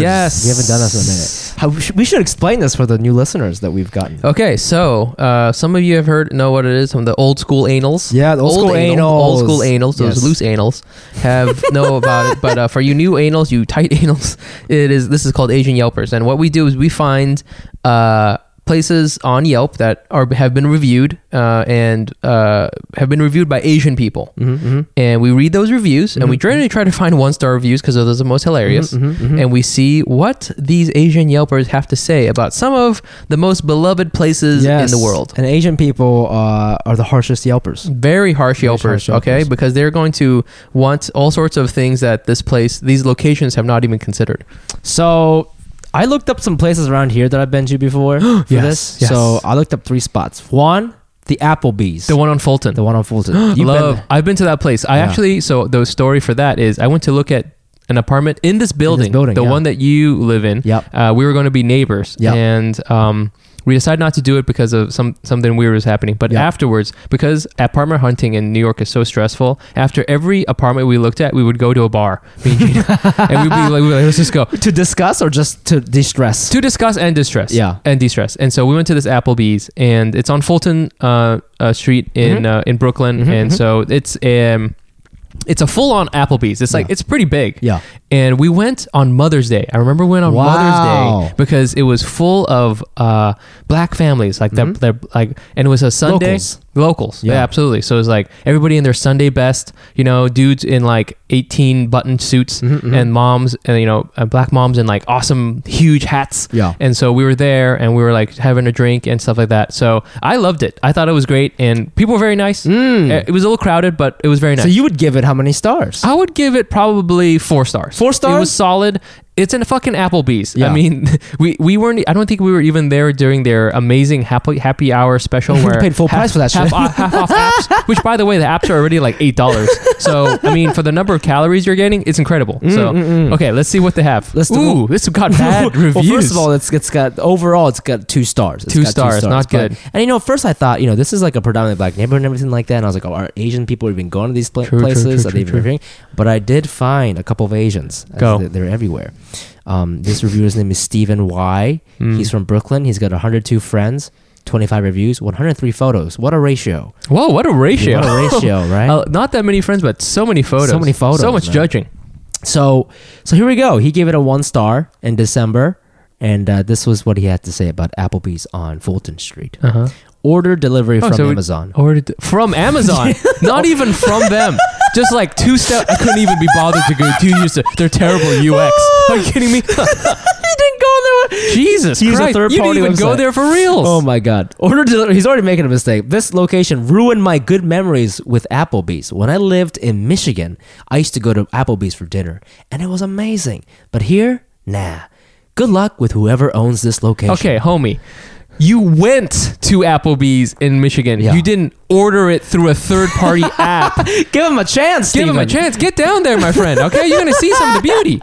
S2: Yes.
S1: We haven't done this in a minute.
S2: Yes.
S1: How- we should- We should explain this for the new listeners that we've gotten.
S2: Okay, so uh, some of you have heard know what it is. Some of the old school anals,
S1: Yeah, the old school
S2: old
S1: anals.
S2: school anals, those
S1: Yes.
S2: loose anals, have know about it. But uh, for you new anals, you tight anals, it is this is called Asian Yelpers. And what we do is we find uh, places on Yelp that are have been reviewed uh, and uh, have been reviewed by Asian people, and we read those reviews and we generally try to find one star reviews because those are the most hilarious, and we see what these Asian Yelpers have to say about some of the most beloved places in the world.
S1: And Asian people uh, are the harshest yelpers.
S2: Very harsh yelpers,
S1: harsh
S2: okay?
S1: Yelpers.
S2: Because they're going to want all sorts of things that this place, these locations have not even considered.
S1: So I looked up some places around here that I've been to before for
S2: Yes,
S1: this.
S2: yes.
S1: So I looked up three spots. One, the Applebee's.
S2: The one on Fulton.
S1: the one on Fulton. You've
S2: Love.
S1: been
S2: I've been to that place. I
S1: Yeah.
S2: actually, so the story for that is I went to look at an apartment in this building,
S1: building,
S2: the
S1: yeah.
S2: one that you live in.
S1: Yep.
S2: Uh, we were going to be neighbors.
S1: Yep.
S2: And, um, we decided not to do it because of some something weird was happening. But
S1: Yep.
S2: afterwards, because apartment hunting in New York is so stressful, after every apartment we looked at, we would go to a bar, me and Gina. and we'd be like, we'd be like, let's just go.
S1: to discuss or just to distress?
S2: to discuss and distress.
S1: Yeah.
S2: and de-stress. And so we went to this Applebee's, and it's on Fulton uh, uh, Street in
S1: Mm-hmm.
S2: uh, in Brooklyn, and so it's um, it's a full on Applebee's. It's like
S1: Yeah.
S2: it's pretty big.
S1: Yeah.
S2: and we went on Mother's Day. I remember we went on Mother's
S1: Wow.
S2: Day because it was full of uh, black families, like that. They're like, and it was a Sunday.
S1: Mm-hmm. Locals.
S2: Locals. Yeah.
S1: Yeah.
S2: absolutely. So it was like everybody in their Sunday best, you know, dudes in like 18 button suits
S1: Mm-hmm,
S2: and moms, and you know, uh, black moms in like awesome huge hats.
S1: Yeah.
S2: And so we were there and we were like having a drink and stuff like that. So I loved it. I thought it was great and people were very nice.
S1: Mm.
S2: Uh, It was a little crowded, but it was very nice.
S1: So you would give it how many stars?
S2: I would give it probably four stars.
S1: Four
S2: It
S1: stars?
S2: was solid. It's in a fucking Applebee's. I
S1: Yeah.
S2: mean, we, we weren't. I don't think we were even there during their amazing happy happy hour special where
S1: paid full price for that
S2: half,
S1: shit.
S2: off, half off apps. Which, by the way, the apps are already like eight dollars. So I mean, for the number of calories you're getting, it's incredible. so okay, let's see what they have.
S1: Mm, Let's do-
S2: Ooh, this got bad reviews.
S1: Well, first of all, it's, it's got overall it's got two stars. It's
S2: Two
S1: got
S2: stars, not
S1: but-
S2: good.
S1: And you know, at first I thought you know this is like a predominantly black neighborhood and everything like that. And I was like, oh, are Asian people even going to these pla-
S2: True, true,
S1: places?
S2: true,
S1: are
S2: true,
S1: they even
S2: true.
S1: reviewing? But I did find a couple of Asians. as
S2: Go.
S1: they- they're everywhere. Um, this reviewer's name is Stephen Y.
S2: Mm.
S1: He's from Brooklyn. He's got 102 friends, 25 reviews, 103 photos. What a ratio!
S2: whoa, what a ratio!
S1: What a ratio, right?
S2: Uh, not that many friends, but so many photos.
S1: So many photos,
S2: So much
S1: man.
S2: judging.
S1: So, so here we go. He gave it a one star in December, and uh, this was what he had to say about Applebee's on Fulton Street.
S2: Uh-huh.
S1: Order delivery
S2: Oh,
S1: from
S2: so it-
S1: Amazon.
S2: Or did- from Amazon, not even from them. Just like two step. I couldn't even be bothered to go two years. To, they're terrible UX. Are you kidding me? you didn't go there. Jesus
S1: Use a
S2: Christ!
S1: third
S2: you didn't
S1: party
S2: even go
S1: website.
S2: there for reals.
S1: Oh my God! Order delivery. He's already making a mistake. This location ruined my good memories with Applebee's. When I lived in Michigan, I used to go to Applebee's for dinner, and it was amazing. But here, nah. Good luck with whoever owns this location.
S2: Okay, homie. You went to Applebee's in Michigan.
S1: Yeah.
S2: You didn't order it through a third party app.
S1: give him a chance.
S2: Give him a
S1: Steven.
S2: chance. Get down there, my friend. Okay, you're gonna see some of the beauty.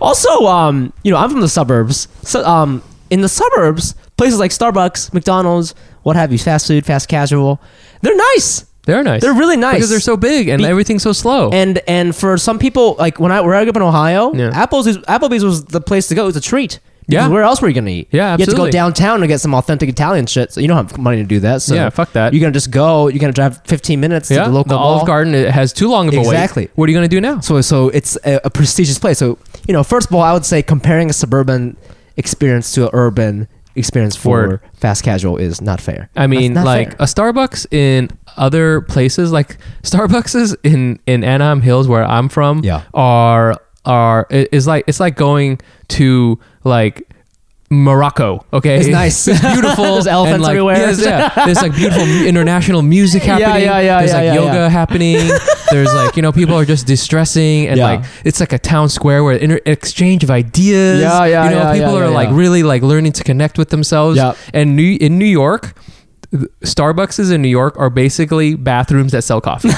S1: Also, um, you know, I'm from the suburbs. So, um, in the suburbs, places like Starbucks, McDonald's, what have you, fast food, fast casual, they're nice.
S2: They're nice.
S1: They're really nice.
S2: because they're so big and
S1: Be-
S2: everything's so slow.
S1: And and for some people, like when I where I grew up in Ohio,
S2: Yeah.
S1: Apple's is, Applebee's was the place to go. It was a treat.
S2: Yeah.
S1: Because Where else were you gonna eat?
S2: Yeah,
S1: You
S2: absolutely.
S1: had to go downtown to get some authentic Italian shit. So you don't have money to do that. So
S2: Yeah, fuck that.
S1: You're gonna just go. You're gonna drive 15 minutes to the local
S2: Olive
S1: mall.
S2: Garden it has too long of a wait.
S1: Exactly.
S2: What are you gonna do now?
S1: So so it's a, a prestigious place. So you know, first of all, I would say comparing a suburban experience to an urban experience for
S2: Word.
S1: fast casual is not fair.
S2: I mean,
S1: That's not
S2: like uh,
S1: fair.
S2: a Starbucks in other places, like Starbucks is in in Anaheim Hills where I'm from.
S1: Yeah.
S2: are are i- is like it's like going to like. Morocco, okay,
S1: It's nice.
S2: It's beautiful.
S1: There's elephants
S2: and, like,
S1: everywhere.
S2: yes, yeah. There's like beautiful mu- international music
S1: Yeah,
S2: happening.
S1: yeah, yeah,
S2: There's
S1: yeah,
S2: like
S1: yeah,
S2: yoga
S1: yeah.
S2: happening. There's like you know people are just distressing and
S1: Yeah.
S2: like it's like a town square where inter- exchange of ideas.
S1: Yeah, yeah,
S2: You know
S1: yeah,
S2: people
S1: yeah,
S2: are
S1: yeah,
S2: like
S1: yeah.
S2: really like learning to connect with themselves.
S1: Yep.
S2: And new in New York, th- Starbucks in New York are basically bathrooms that sell coffee,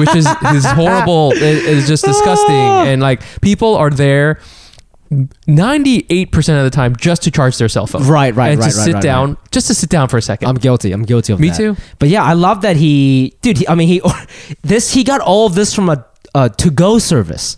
S2: which is is horrible. It is just disgusting.
S1: Ah.
S2: And like people are there. 98% of the time just to charge their cell phone.
S1: Right, right,
S2: and
S1: right,
S2: to
S1: right,
S2: sit
S1: right,
S2: down, just to sit down for a 2nd
S1: I'm guilty. I'm guilty of
S2: Me
S1: that.
S2: too.
S1: But yeah, I love that he, dude. He, I mean, he this he got all of this from a, a to go service.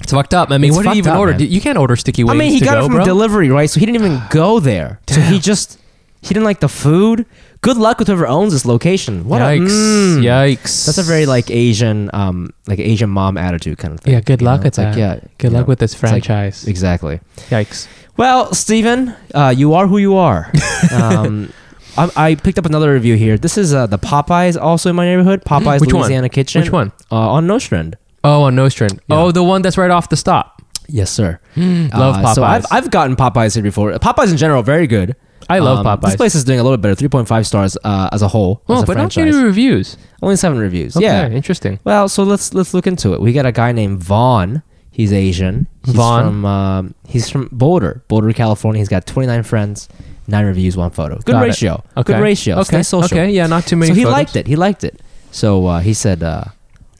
S2: It's fucked up. I mean,
S1: It's
S2: what do you
S1: fucked
S2: even
S1: up,
S2: order?
S1: man.
S2: You can't order sticky
S1: I
S2: wings.
S1: mean, he
S2: to
S1: got
S2: go,
S1: it from
S2: bro.
S1: delivery, right? So he didn't even go there. So he just he didn't like the food. Good luck with whoever owns this location. What
S2: Yikes!
S1: a mm.
S2: Yikes!
S1: That's a very like Asian, um, like Asian mom attitude kind of thing.
S2: Yeah, good
S1: you
S2: luck
S1: know?
S2: with
S1: Like,
S2: that.
S1: yeah,
S2: Good
S1: you
S2: luck
S1: know,
S2: with this
S1: it's like-
S2: franchise.
S1: exactly.
S2: Yikes!
S1: Well, Steven, uh, you are who you are. um, I, I picked up another review here. This is uh, the Popeyes, also in my neighborhood. Popeyes
S2: Hmm. Which one?
S1: Louisiana Kitchen.
S2: Which one?
S1: Uh, on Nostrand.
S2: Oh, on Nostrand. Oh, the one that's right off the stop.
S1: Yes, sir.
S2: love
S1: Uh, So
S2: Popeyes.
S1: I've, I've gotten Popeyes here before. Popeyes in general, very good.
S2: I love
S1: Um, This
S2: Popeyes.
S1: place is doing a little bit better, 3.5 stars uh, as a whole. as
S2: Oh,
S1: a
S2: but not
S1: franchise.
S2: many reviews.
S1: Only seven reviews.
S2: Okay,
S1: Yeah.
S2: interesting.
S1: Well, so let's let's look into it. We got a guy named Vaughn. He's Asian. He's
S2: Vaughn?
S1: From, um, he's from Boulder, Boulder, California. He's got 29 friends, nine reviews, one photo. Good
S2: Got it.
S1: ratio.
S2: Okay.
S1: Good ratio.
S2: Okay.
S1: Stay social.
S2: Okay. Yeah, not too many.
S1: So he
S2: photos.
S1: liked it. He liked it. So uh, he said, uh,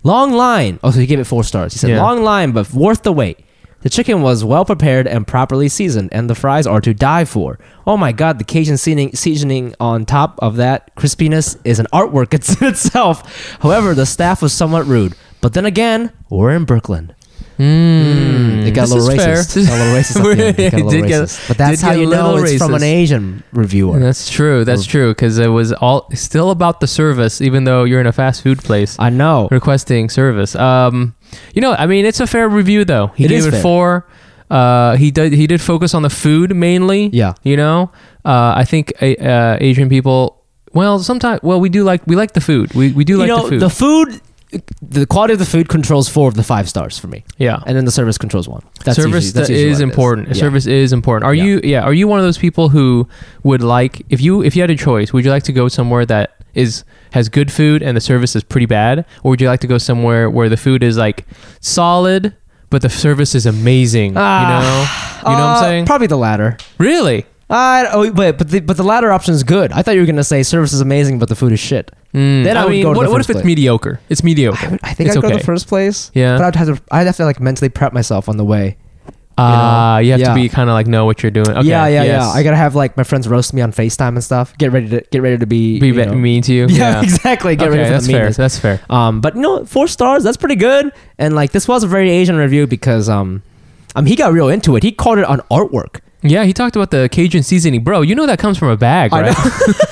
S1: "Long line." Oh, so he gave it four stars. He said,
S2: Yeah.
S1: "Long line, but worth the wait." The chicken was well prepared and properly seasoned, and the fries are to die for. Oh my God, the Cajun seasoning, seasoning on top of that crispiness is an artwork it's- in itself. However, the staff was somewhat rude. But then again, we're in Brooklyn. Mm, it got
S2: Hmm. This
S1: a little
S2: is fair.
S1: racist. It got a little racist. at the end. It got a
S2: Did
S1: little
S2: get-
S1: racist. But that's
S2: did
S1: how
S2: get a
S1: you know
S2: little
S1: it's from an
S2: racist.
S1: Asian reviewer.
S2: That's true.
S1: Mm.
S2: That's true. Because it was all still about the service, even though you're in a fast food place
S1: I know.
S2: requesting service. Um, you know, I mean, it's a fair review though. He
S1: It
S2: gave
S1: is
S2: it
S1: fair.
S2: four. Uh, he did. He did focus on the food mainly.
S1: Yeah.
S2: You know, uh, I think uh, uh, Asian people. Well, sometimes. Well, we do like we like the food. We we do like
S1: you know,
S2: the food.
S1: the food. the quality of the food controls four of the five stars for me,
S2: yeah.
S1: and then the service controls one.
S2: service
S1: usually- that's
S2: that
S1: usually
S2: is
S1: what it
S2: important.
S1: Yeah.
S2: Service is important. Are
S1: Yeah.
S2: you yeah, are you one of those people who would like if you if you had a choice, would you like to go somewhere that is has good food and the service is pretty bad or would you like to go somewhere where the food is like solid but the service is amazing, you know? You know what I'm
S1: Ah. Uh,
S2: saying?
S1: Probably the latter.
S2: really?
S1: Uh, oh, but but the, but the latter option is good. I thought you were gonna say service is amazing, but the food is shit. Then Mm, I, would
S2: Mm. mean,
S1: go to
S2: what,
S1: the
S2: what if
S1: first
S2: it's
S1: place.
S2: mediocre? It's mediocre.
S1: I, would, I think
S2: it's
S1: I'd go
S2: okay.
S1: to the first place.
S2: Yeah.
S1: but I'd have to I'd have to like mentally prep myself on the way.
S2: Ah, you have
S1: Yeah.
S2: to be kind of like know what you're doing. Okay.
S1: yeah, yeah,
S2: yes.
S1: yeah. I gotta have like my friends roast me on Facetime and stuff. Get ready to get ready to be
S2: be
S1: you
S2: ve-
S1: know-
S2: mean to you.
S1: Yeah, exactly. Get
S2: okay,
S1: ready for
S2: that's
S1: the
S2: fair.
S1: meanness.
S2: That's fair.
S1: Um, but you know, four stars, that's pretty good. And like this was a very Asian review because um, um he got real into it. He called it an artwork.
S2: Yeah, he talked about the Cajun seasoning, bro. You know that comes from a bag, right?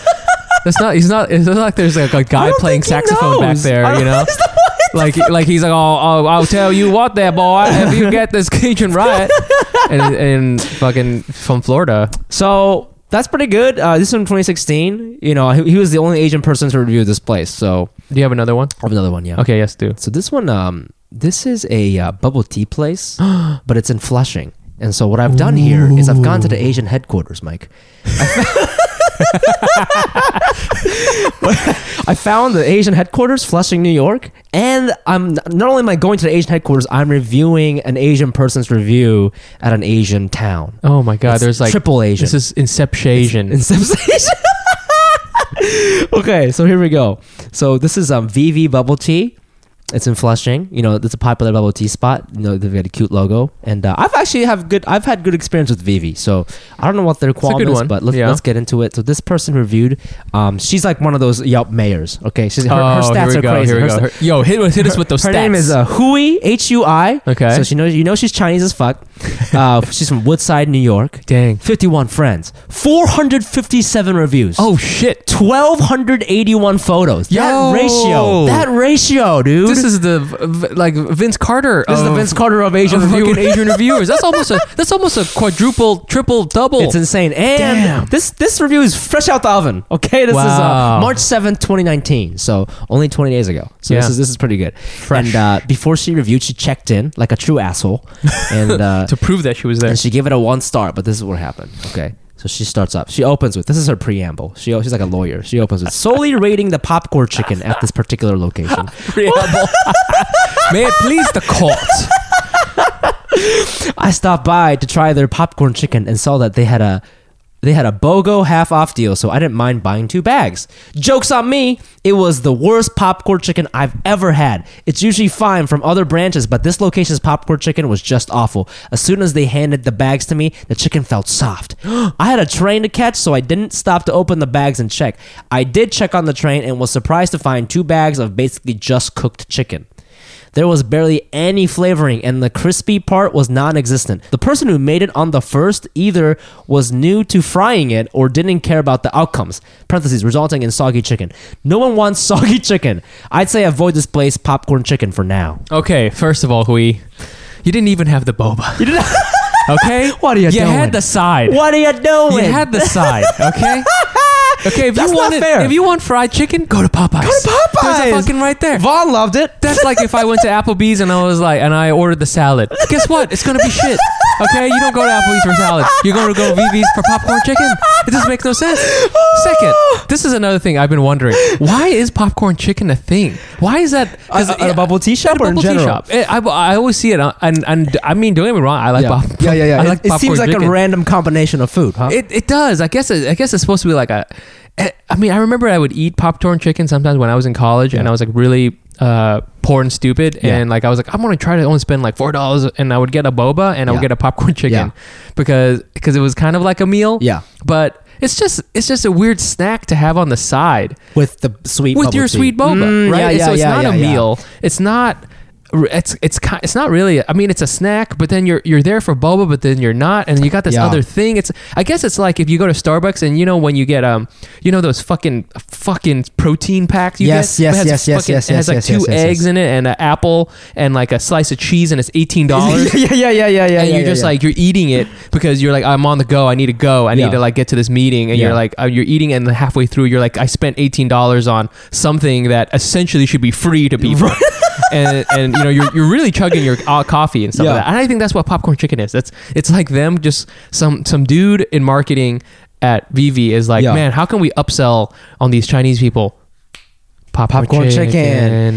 S2: That's not. He's not. It's not like there's like a
S1: I
S2: guy
S1: don't
S2: playing
S1: think he
S2: saxophone back
S1: knows. I
S2: there. You
S1: don't-
S2: know,
S1: That's not what it-
S2: like like he's like, oh, oh, I'll tell you what, there, boy. If you get this Cajun right, and and fucking from Florida.
S1: so that's pretty good. Uh, this is from 2016. You know, he, he was the only Asian person to review this place. So
S2: Do you have another one?
S1: I have another one, yeah.
S2: Okay, yes, do.
S1: So this one, um, this is a uh, bubble tea place, but it's in Flushing. And so what I've done here is I've gone to the Asian headquarters, Mike. I found the Asian headquarters, Flushing, New York, and I'm not only am I going to the Asian headquarters, I'm reviewing an Asian person's review at an Asian town.
S2: Oh my God,
S1: It's
S2: there's like
S1: triple Asian.
S2: This is Inception Asian.
S1: In some station. okay, so here we go. So this is um VV Bubble Tea. It's in Flushing. You know, it's a popular bubble tea spot. You know, they've got a cute logo, and uh, I've actually have good. I've had good experience with Vivi. So I don't know what their qualm
S2: good
S1: is,
S2: one.
S1: but let's,
S2: Yeah.
S1: let's get into it. So this person reviewed. Um, she's like one of those Yelp mayors. Okay, she's her, her
S2: oh,
S1: stats
S2: here we
S1: are
S2: go.
S1: crazy.
S2: Here we
S1: Her
S2: go.
S1: sta-
S2: Her- Yo, hit, hit us with those
S1: her
S2: stats.
S1: name is uh, Hui H U I.
S2: Okay.
S1: So she knows you know she's Chinese as fuck. Uh, she's from Woodside, New York.
S2: Dang.
S1: 51 friends, 457 reviews.
S2: Oh shit.
S1: 1281 photos.
S2: Yo.
S1: That ratio. That ratio, dude.
S2: This is the v- v- like Vince Carter.
S1: This is the
S2: of-
S1: Vince Carter of Asian
S2: of
S1: review.
S2: fucking Asian reviewers. That's almost a that's almost a quadruple, triple, double.
S1: It's insane. And
S2: Damn.
S1: this this review is fresh out the oven. Okay, this is uh,
S2: Wow.
S1: March 7th, 2019. So only 20 days ago. So
S2: Yeah.
S1: this is this is pretty good.
S2: Fresh.
S1: And uh, before she reviewed, she checked in like a true asshole. And uh,
S2: to prove that she was there.
S1: and she gave it a one star, but this is what happened. Okay. So she starts up. She opens with this is her preamble. She she's like a lawyer. She opens with solely rating the popcorn chicken at this particular location.
S2: Preamble. May it please the court.
S1: I stopped by to try their popcorn chicken and saw that they had a they had a BOGO half off deal, so I didn't mind buying two bags. Jokes on me! It was the worst popcorn chicken I've ever had. It's usually fine from other branches, but this location's popcorn chicken was just awful. As soon as they handed the bags to me, the chicken felt soft. I had a train to catch, so I didn't stop to open the bags and check. I did check on the train and was surprised to find two bags of basically just cooked chicken. There was barely any flavoring, and the crispy part was non existent. The person who made it on the first either was new to frying it or didn't care about the outcomes, parentheses, resulting in soggy chicken. No one wants soggy chicken. I'd say avoid this place, popcorn chicken, for now.
S2: Okay, first of all, Hui, you didn't even have the boba. You didn't. okay.
S1: What are you
S2: You
S1: doing?
S2: had the side.
S1: What are you
S2: You
S1: doing?
S2: had the side. Okay. Okay, if
S1: That's
S2: you
S1: not
S2: want it-
S1: fair.
S2: if you want fried chicken, go to Popeyes.
S1: Go to Popeyes.
S2: There's a fucking right there.
S1: Vaughn loved it.
S2: That's like if I went to Applebee's and I was like, and I ordered the salad. Guess what? It's gonna be shit. Okay, you don't go to Applebee's for salad. You're gonna go to VV's for popcorn chicken. It just makes no sense. Second, this is another thing I've been wondering. Why is popcorn chicken a thing? Why is that? 'cause-
S1: At- at a bubble tea shop
S2: At a
S1: or in
S2: bubble tea
S1: general?
S2: shop. Eh, I, I always see it, uh, and and I mean, don't get me wrong. I like
S1: yeah.
S2: pop.
S1: yeah, yeah, yeah.
S2: I like
S1: it, it
S2: popcorn
S1: seems like
S2: chicken.
S1: a random combination of food, huh?
S2: It, it does. I guess it, I guess it's supposed to be like a. eh, I mean, I remember I would eat popcorn chicken sometimes when I was in college, and I was like really uh, poor and stupid,
S1: Yeah.
S2: and like I was like I'm gonna try to only spend like four dollars, and I would get a boba and I
S1: Yeah.
S2: would get a popcorn chicken because because it was kind of like a meal.
S1: Yeah.
S2: but. It's just it's just a weird snack to have on the side
S1: with the sweet
S2: with
S1: bubble
S2: your
S1: tea.
S2: sweet boba,
S1: Mm,
S2: right?
S1: yeah, yeah,
S2: so it's
S1: yeah,
S2: not
S1: yeah,
S2: a
S1: yeah.
S2: meal. It's not. It's it's ki- it's not really. I mean, it's a snack, but then you're you're there for boba, but then you're not, and you got this
S1: Yeah.
S2: other thing. It's I guess it's like if you go to Starbucks and you know when you get um you know those fucking fucking protein packs. You
S1: Yes,
S2: get,
S1: yes,
S2: It has
S1: yes, yes,
S2: fucking-
S1: yes,
S2: It has
S1: yes,
S2: like
S1: yes,
S2: two
S1: yes, yes,
S2: eggs in it and an apple and like a slice of cheese, and it's eighteen dollars.
S1: yeah, yeah, yeah, yeah, yeah.
S2: and you're
S1: yeah,
S2: just
S1: yeah.
S2: like you're eating it because you're like I'm on the go. I need to go. I
S1: Yeah.
S2: need to like get to this meeting. And
S1: Yeah.
S2: you're like uh, you're eating, and then halfway through you're like I spent eighteen dollars on something that essentially should be free to people. and, and you know you're, you're really chugging your uh, coffee and stuff
S1: Yeah.
S2: like that. And I think that's what popcorn chicken is. That's it's like them just some some dude in marketing at VV is like
S1: Yeah.
S2: man how can we upsell on these Chinese people popcorn,
S1: popcorn chicken.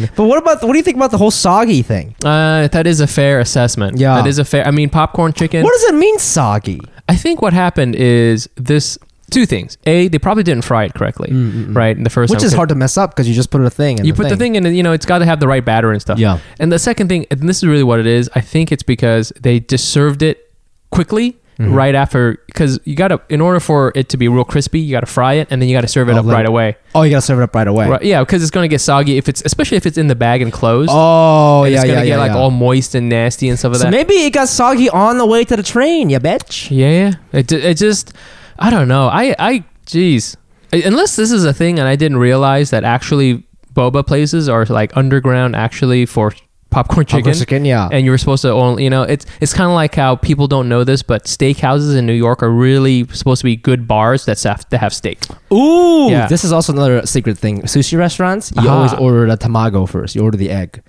S2: chicken.
S1: But what about what do you think about the whole soggy thing?
S2: Uh, that is a fair assessment.
S1: Yeah.
S2: that is a fair. I mean, popcorn chicken.
S1: What does it mean soggy?
S2: I think what happened is this two things. A, they probably didn't fry it correctly, right? The first
S1: Mm, Which
S2: time.
S1: is hard to mess up because you just put a thing. In
S2: You put the thing in, and you know, it's got to have the right batter and stuff.
S1: Yeah.
S2: And the second thing, and this is really what it is. I think it's because they just served it quickly.
S1: Mm-hmm.
S2: Right after, because you gotta, in order for it to be real crispy, you gotta fry it, and then you gotta serve it
S1: Oh,
S2: up
S1: let
S2: right
S1: it-
S2: away.
S1: Oh, you gotta serve it up right away.
S2: Right, yeah, because it's gonna get soggy if it's, especially if it's in the bag and closed.
S1: Oh,
S2: and
S1: yeah,
S2: it's
S1: yeah,
S2: gonna
S1: yeah,
S2: get like
S1: yeah.
S2: all moist and nasty and stuff like
S1: so
S2: that.
S1: maybe it got soggy on the way to the train, you bitch.
S2: Yeah, it, ju- it just, I don't know. I, I, jeez. I- Unless this is a thing and I didn't realize that actually boba places are like underground actually for popcorn chicken.
S1: chicken, yeah.
S2: And you were supposed to only, you know, it's it's kind of like how people don't know this, but steakhouses in New York are really supposed to be good bars that have, that have steak.
S1: Ooh,
S2: Yeah.
S1: this is also another secret thing. Sushi restaurants, you
S2: Aha.
S1: always order the tamago first. You order the egg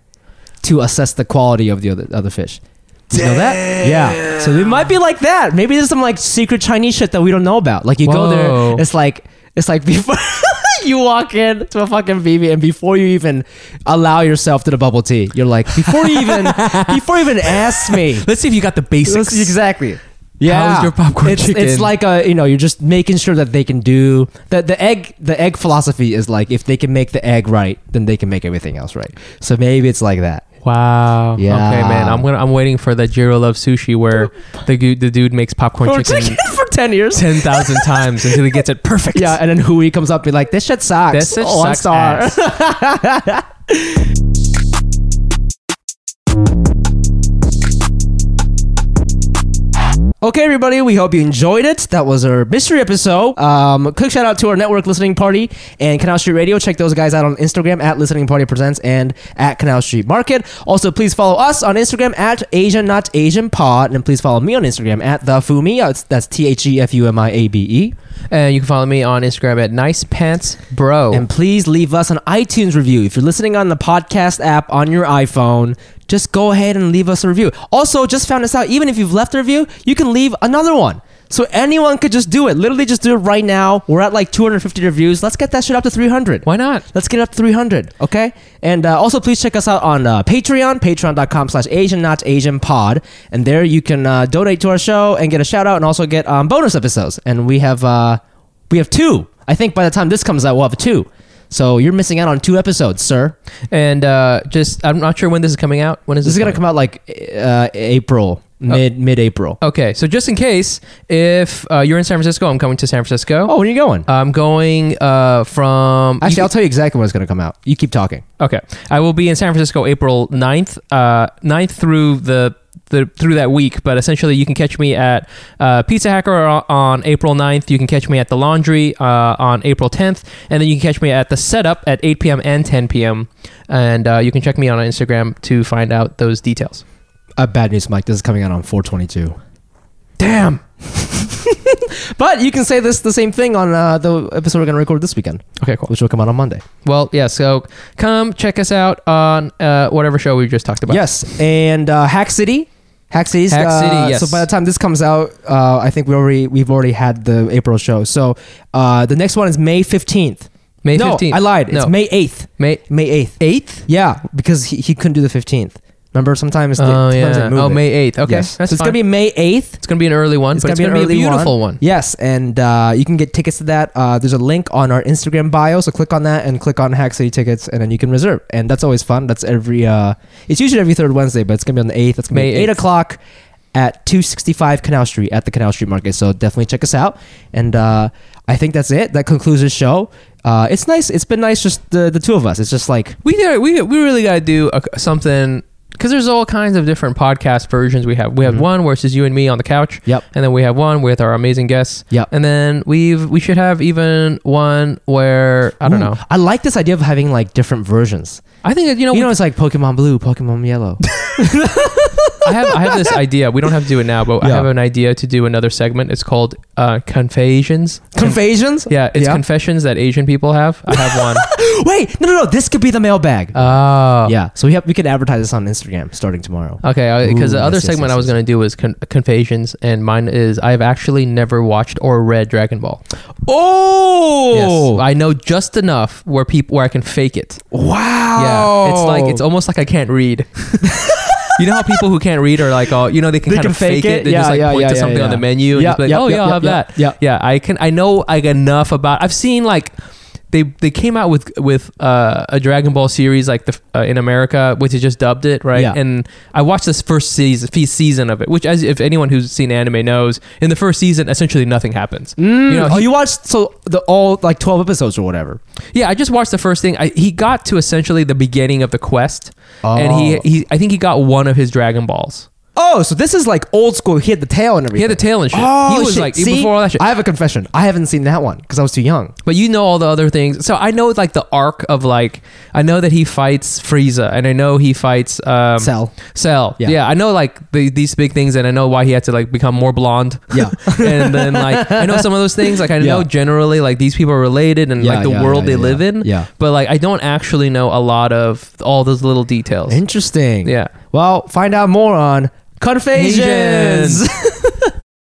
S1: to assess the quality of the other other fish. Did you know that? Yeah. So it might be like that. Maybe there's some like secret Chinese shit that we don't know about. Like you
S2: Whoa.
S1: go there, it's like it's like before you walk in to a fucking BB and before you even allow yourself to the bubble tea, you're like before you even before you even ask me.
S2: Let's see if you got the basics.
S1: This is exactly. Yeah,
S2: your popcorn
S1: it's, It's
S2: chicken?
S1: like a you know you're just making sure that they can do that. The egg the egg philosophy is like if they can make the egg right, then they can make everything else right. So maybe it's like that.
S2: Wow.
S1: Yeah.
S2: Okay, man. I'm gonna I'm waiting for that Jiro Love Sushi where the gu- the dude makes popcorn
S1: For,
S2: chicken
S1: for ten years.
S2: ten thousand times until he gets it perfect.
S1: Yeah, and then Hui comes up and be like, "This shit sucks. Oh,
S2: This shit
S1: One
S2: sucks
S1: star."
S2: ass.
S1: Okay, everybody, we hope you enjoyed it. That was our mystery episode. Um, quick shout out to our network listening party and Canal Street Radio. Check those guys out on Instagram at Listening Party Presents and at Canal Street Market. Also, please follow us on Instagram at Asian Not Asian Pod, and please follow me on Instagram at The Fumi. Uh, it's- That's T H E F U M I A B E.
S2: And you can follow me on Instagram at Nice Pants Bro.
S1: And please leave us an iTunes review. If you're listening on the podcast app on your iPhone, just go ahead and leave us a review. Also, just found this out, even if you've left a review, you can leave another one. So anyone could just do it. Literally just do it right now. We're at like 250 reviews. Let's get that shit up to 300.
S2: Why not?
S1: Let's get up to 300, okay? And uh, also, please check us out on uh, Patreon, patreon.com slash Asian Not Asian Pod. And there you can uh, donate to our show and get a shout out and also get um, bonus episodes. And we have uh, we have two. I think by the time this comes out, we'll have two. So you're missing out on two episodes, sir.
S2: And uh, just, I'm not sure when this is coming out. When is
S1: This
S2: this,
S1: is gonna come out like uh, April, mid mid April.
S2: Okay, so just in case, if uh, you're in San Francisco, I'm coming to San Francisco.
S1: Oh, when are you going?
S2: I'm going uh, from.
S1: Actually, I'll tell you exactly when it's gonna come out. You keep talking.
S2: Okay, I will be in San Francisco April 9th, uh, 9th through the. The, through that week, but essentially you can catch me at uh, Pizza Hacker on- on April 9th. You can catch me at The Laundry uh, on April 10th. And then you can catch me at The Setup at 8 p.m. and 10 p.m. And uh, you can check me on Instagram to find out those details.
S1: Uh, bad news, Mike. This is coming out on 422. Damn. but you can say this the same thing on uh, the episode we're gonna record this weekend,
S2: Okay, cool.
S1: which will come out on Monday.
S2: Well, yeah, so come check us out on uh, whatever show we just talked about.
S1: Yes, and uh, Hack City. Hack City's
S2: Hack
S1: uh,
S2: City, yes.
S1: So by the time this comes out, uh, I think we already we've already had the April show. So uh, the next one is May fifteenth.
S2: May
S1: no,
S2: 15th.
S1: I lied. It's
S2: No.
S1: May eighth.
S2: May
S1: May eighth.
S2: 8th?
S1: Yeah, because he, he couldn't do the fifteenth. Remember, sometimes they-
S2: Oh,
S1: sometimes
S2: yeah.
S1: they move
S2: Oh,
S1: it.
S2: May 8th. Okay.
S1: Yes.
S2: That's
S1: so it's gonna
S2: fine.
S1: be May eighth.
S2: It's gonna be an early one, but it's gonna,
S1: an
S2: be,
S1: early
S2: a beautiful one.
S1: Yes, and uh, you can get tickets to that. Uh, there's a link on our Instagram bio, so click on that and click on Hack City tickets, and then you can reserve. And that's always fun. That's every. Uh, it's usually every third Wednesday, but it's gonna be on the eighth. It's gonna
S2: May
S1: be eight
S2: 8th.
S1: o'clock at 265 Canal Street at the Canal Street Market. So definitely check us out. And uh, I think that's it. That concludes the show. Uh, it's nice. It's been nice, just the the two of us. It's just like
S2: We gotta, we we really gotta do a, something because there's all kinds of different podcast versions we have. We have one where it's just you and me on the couch.
S1: Mm-hmm. Yep.
S2: And then we have one with our amazing guests.
S1: Yep.
S2: And then we've we should have even one where I don't
S1: Ooh,
S2: know.
S1: I like this idea of having like different versions.
S2: I think that, you know,
S1: You know, it's like Pokemon Blue, Pokemon Yellow.
S2: I have I have this idea. We don't have to do it now, but I
S1: Yeah.
S2: have an idea to do another segment. It's called uh, Confessions.
S1: Confasions?
S2: Yeah, it's confessions that Asian people have. I have one.
S1: Wait, no, no, no. This could be the mailbag.
S2: Oh.
S1: yeah. So we have we can advertise this on Instagram starting tomorrow.
S2: Okay, because
S1: Ooh,
S2: the other
S1: yes, yes,
S2: segment
S1: yes,
S2: I was
S1: yes.
S2: going to do was con- confessions, and mine is I've actually never watched or read Dragon Ball.
S1: Oh,
S2: Yes, I know just enough where people where I can fake it.
S1: wow.
S2: Yeah, it's like it's almost like I can't read. you know how people who can't read are like, oh, you know, they can
S1: They
S2: kind
S1: can
S2: of fake,
S1: fake
S2: it.
S1: it?
S2: They
S1: Yeah,
S2: just like
S1: yeah,
S2: point
S1: yeah,
S2: to
S1: yeah,
S2: something on
S1: yeah.
S2: the menu and
S1: Yeah,
S2: just be like,
S1: yeah,
S2: oh,
S1: yeah,
S2: yeah, I'll have
S1: yeah,
S2: that.
S1: yeah.
S2: yeah. I can. I know like enough about. I've seen like. They, they came out with with uh, a Dragon Ball series like the uh, in America, which is just dubbed it right.
S1: Yeah.
S2: And I watched this first season, first season of it, which as if anyone who's seen anime knows, in the first season essentially nothing happens. you know,
S1: oh, you watched so the all like twelve episodes or whatever.
S2: yeah, I just watched the first thing. I, he got to essentially the beginning of the quest, and he,
S1: Oh.
S2: he I think he got one of his Dragon Balls.
S1: Oh, so this is like old school. He had the tail and everything.
S2: He had the tail and shit.
S1: Oh,
S2: he was
S1: shit.
S2: like
S1: See?
S2: before all that shit.
S1: I have a confession. I haven't seen that one because I was too young.
S2: but you know all the other things. So I know like the arc of like I know that he fights Frieza, and I know he fights um,
S1: Cell.
S2: Cell.
S1: Yeah.
S2: Yeah. I know like the, these big things, and I know why he had to like become more blonde.
S1: Yeah.
S2: and then like I know some of those things. Like I
S1: Yeah.
S2: know generally like these people are related and
S1: Yeah,
S2: like the
S1: yeah,
S2: world
S1: yeah,
S2: they
S1: yeah,
S2: live
S1: yeah.
S2: in.
S1: Yeah.
S2: But like I don't actually know a lot of all those little details.
S1: Interesting.
S2: Yeah.
S1: Well, find out more on Confasions.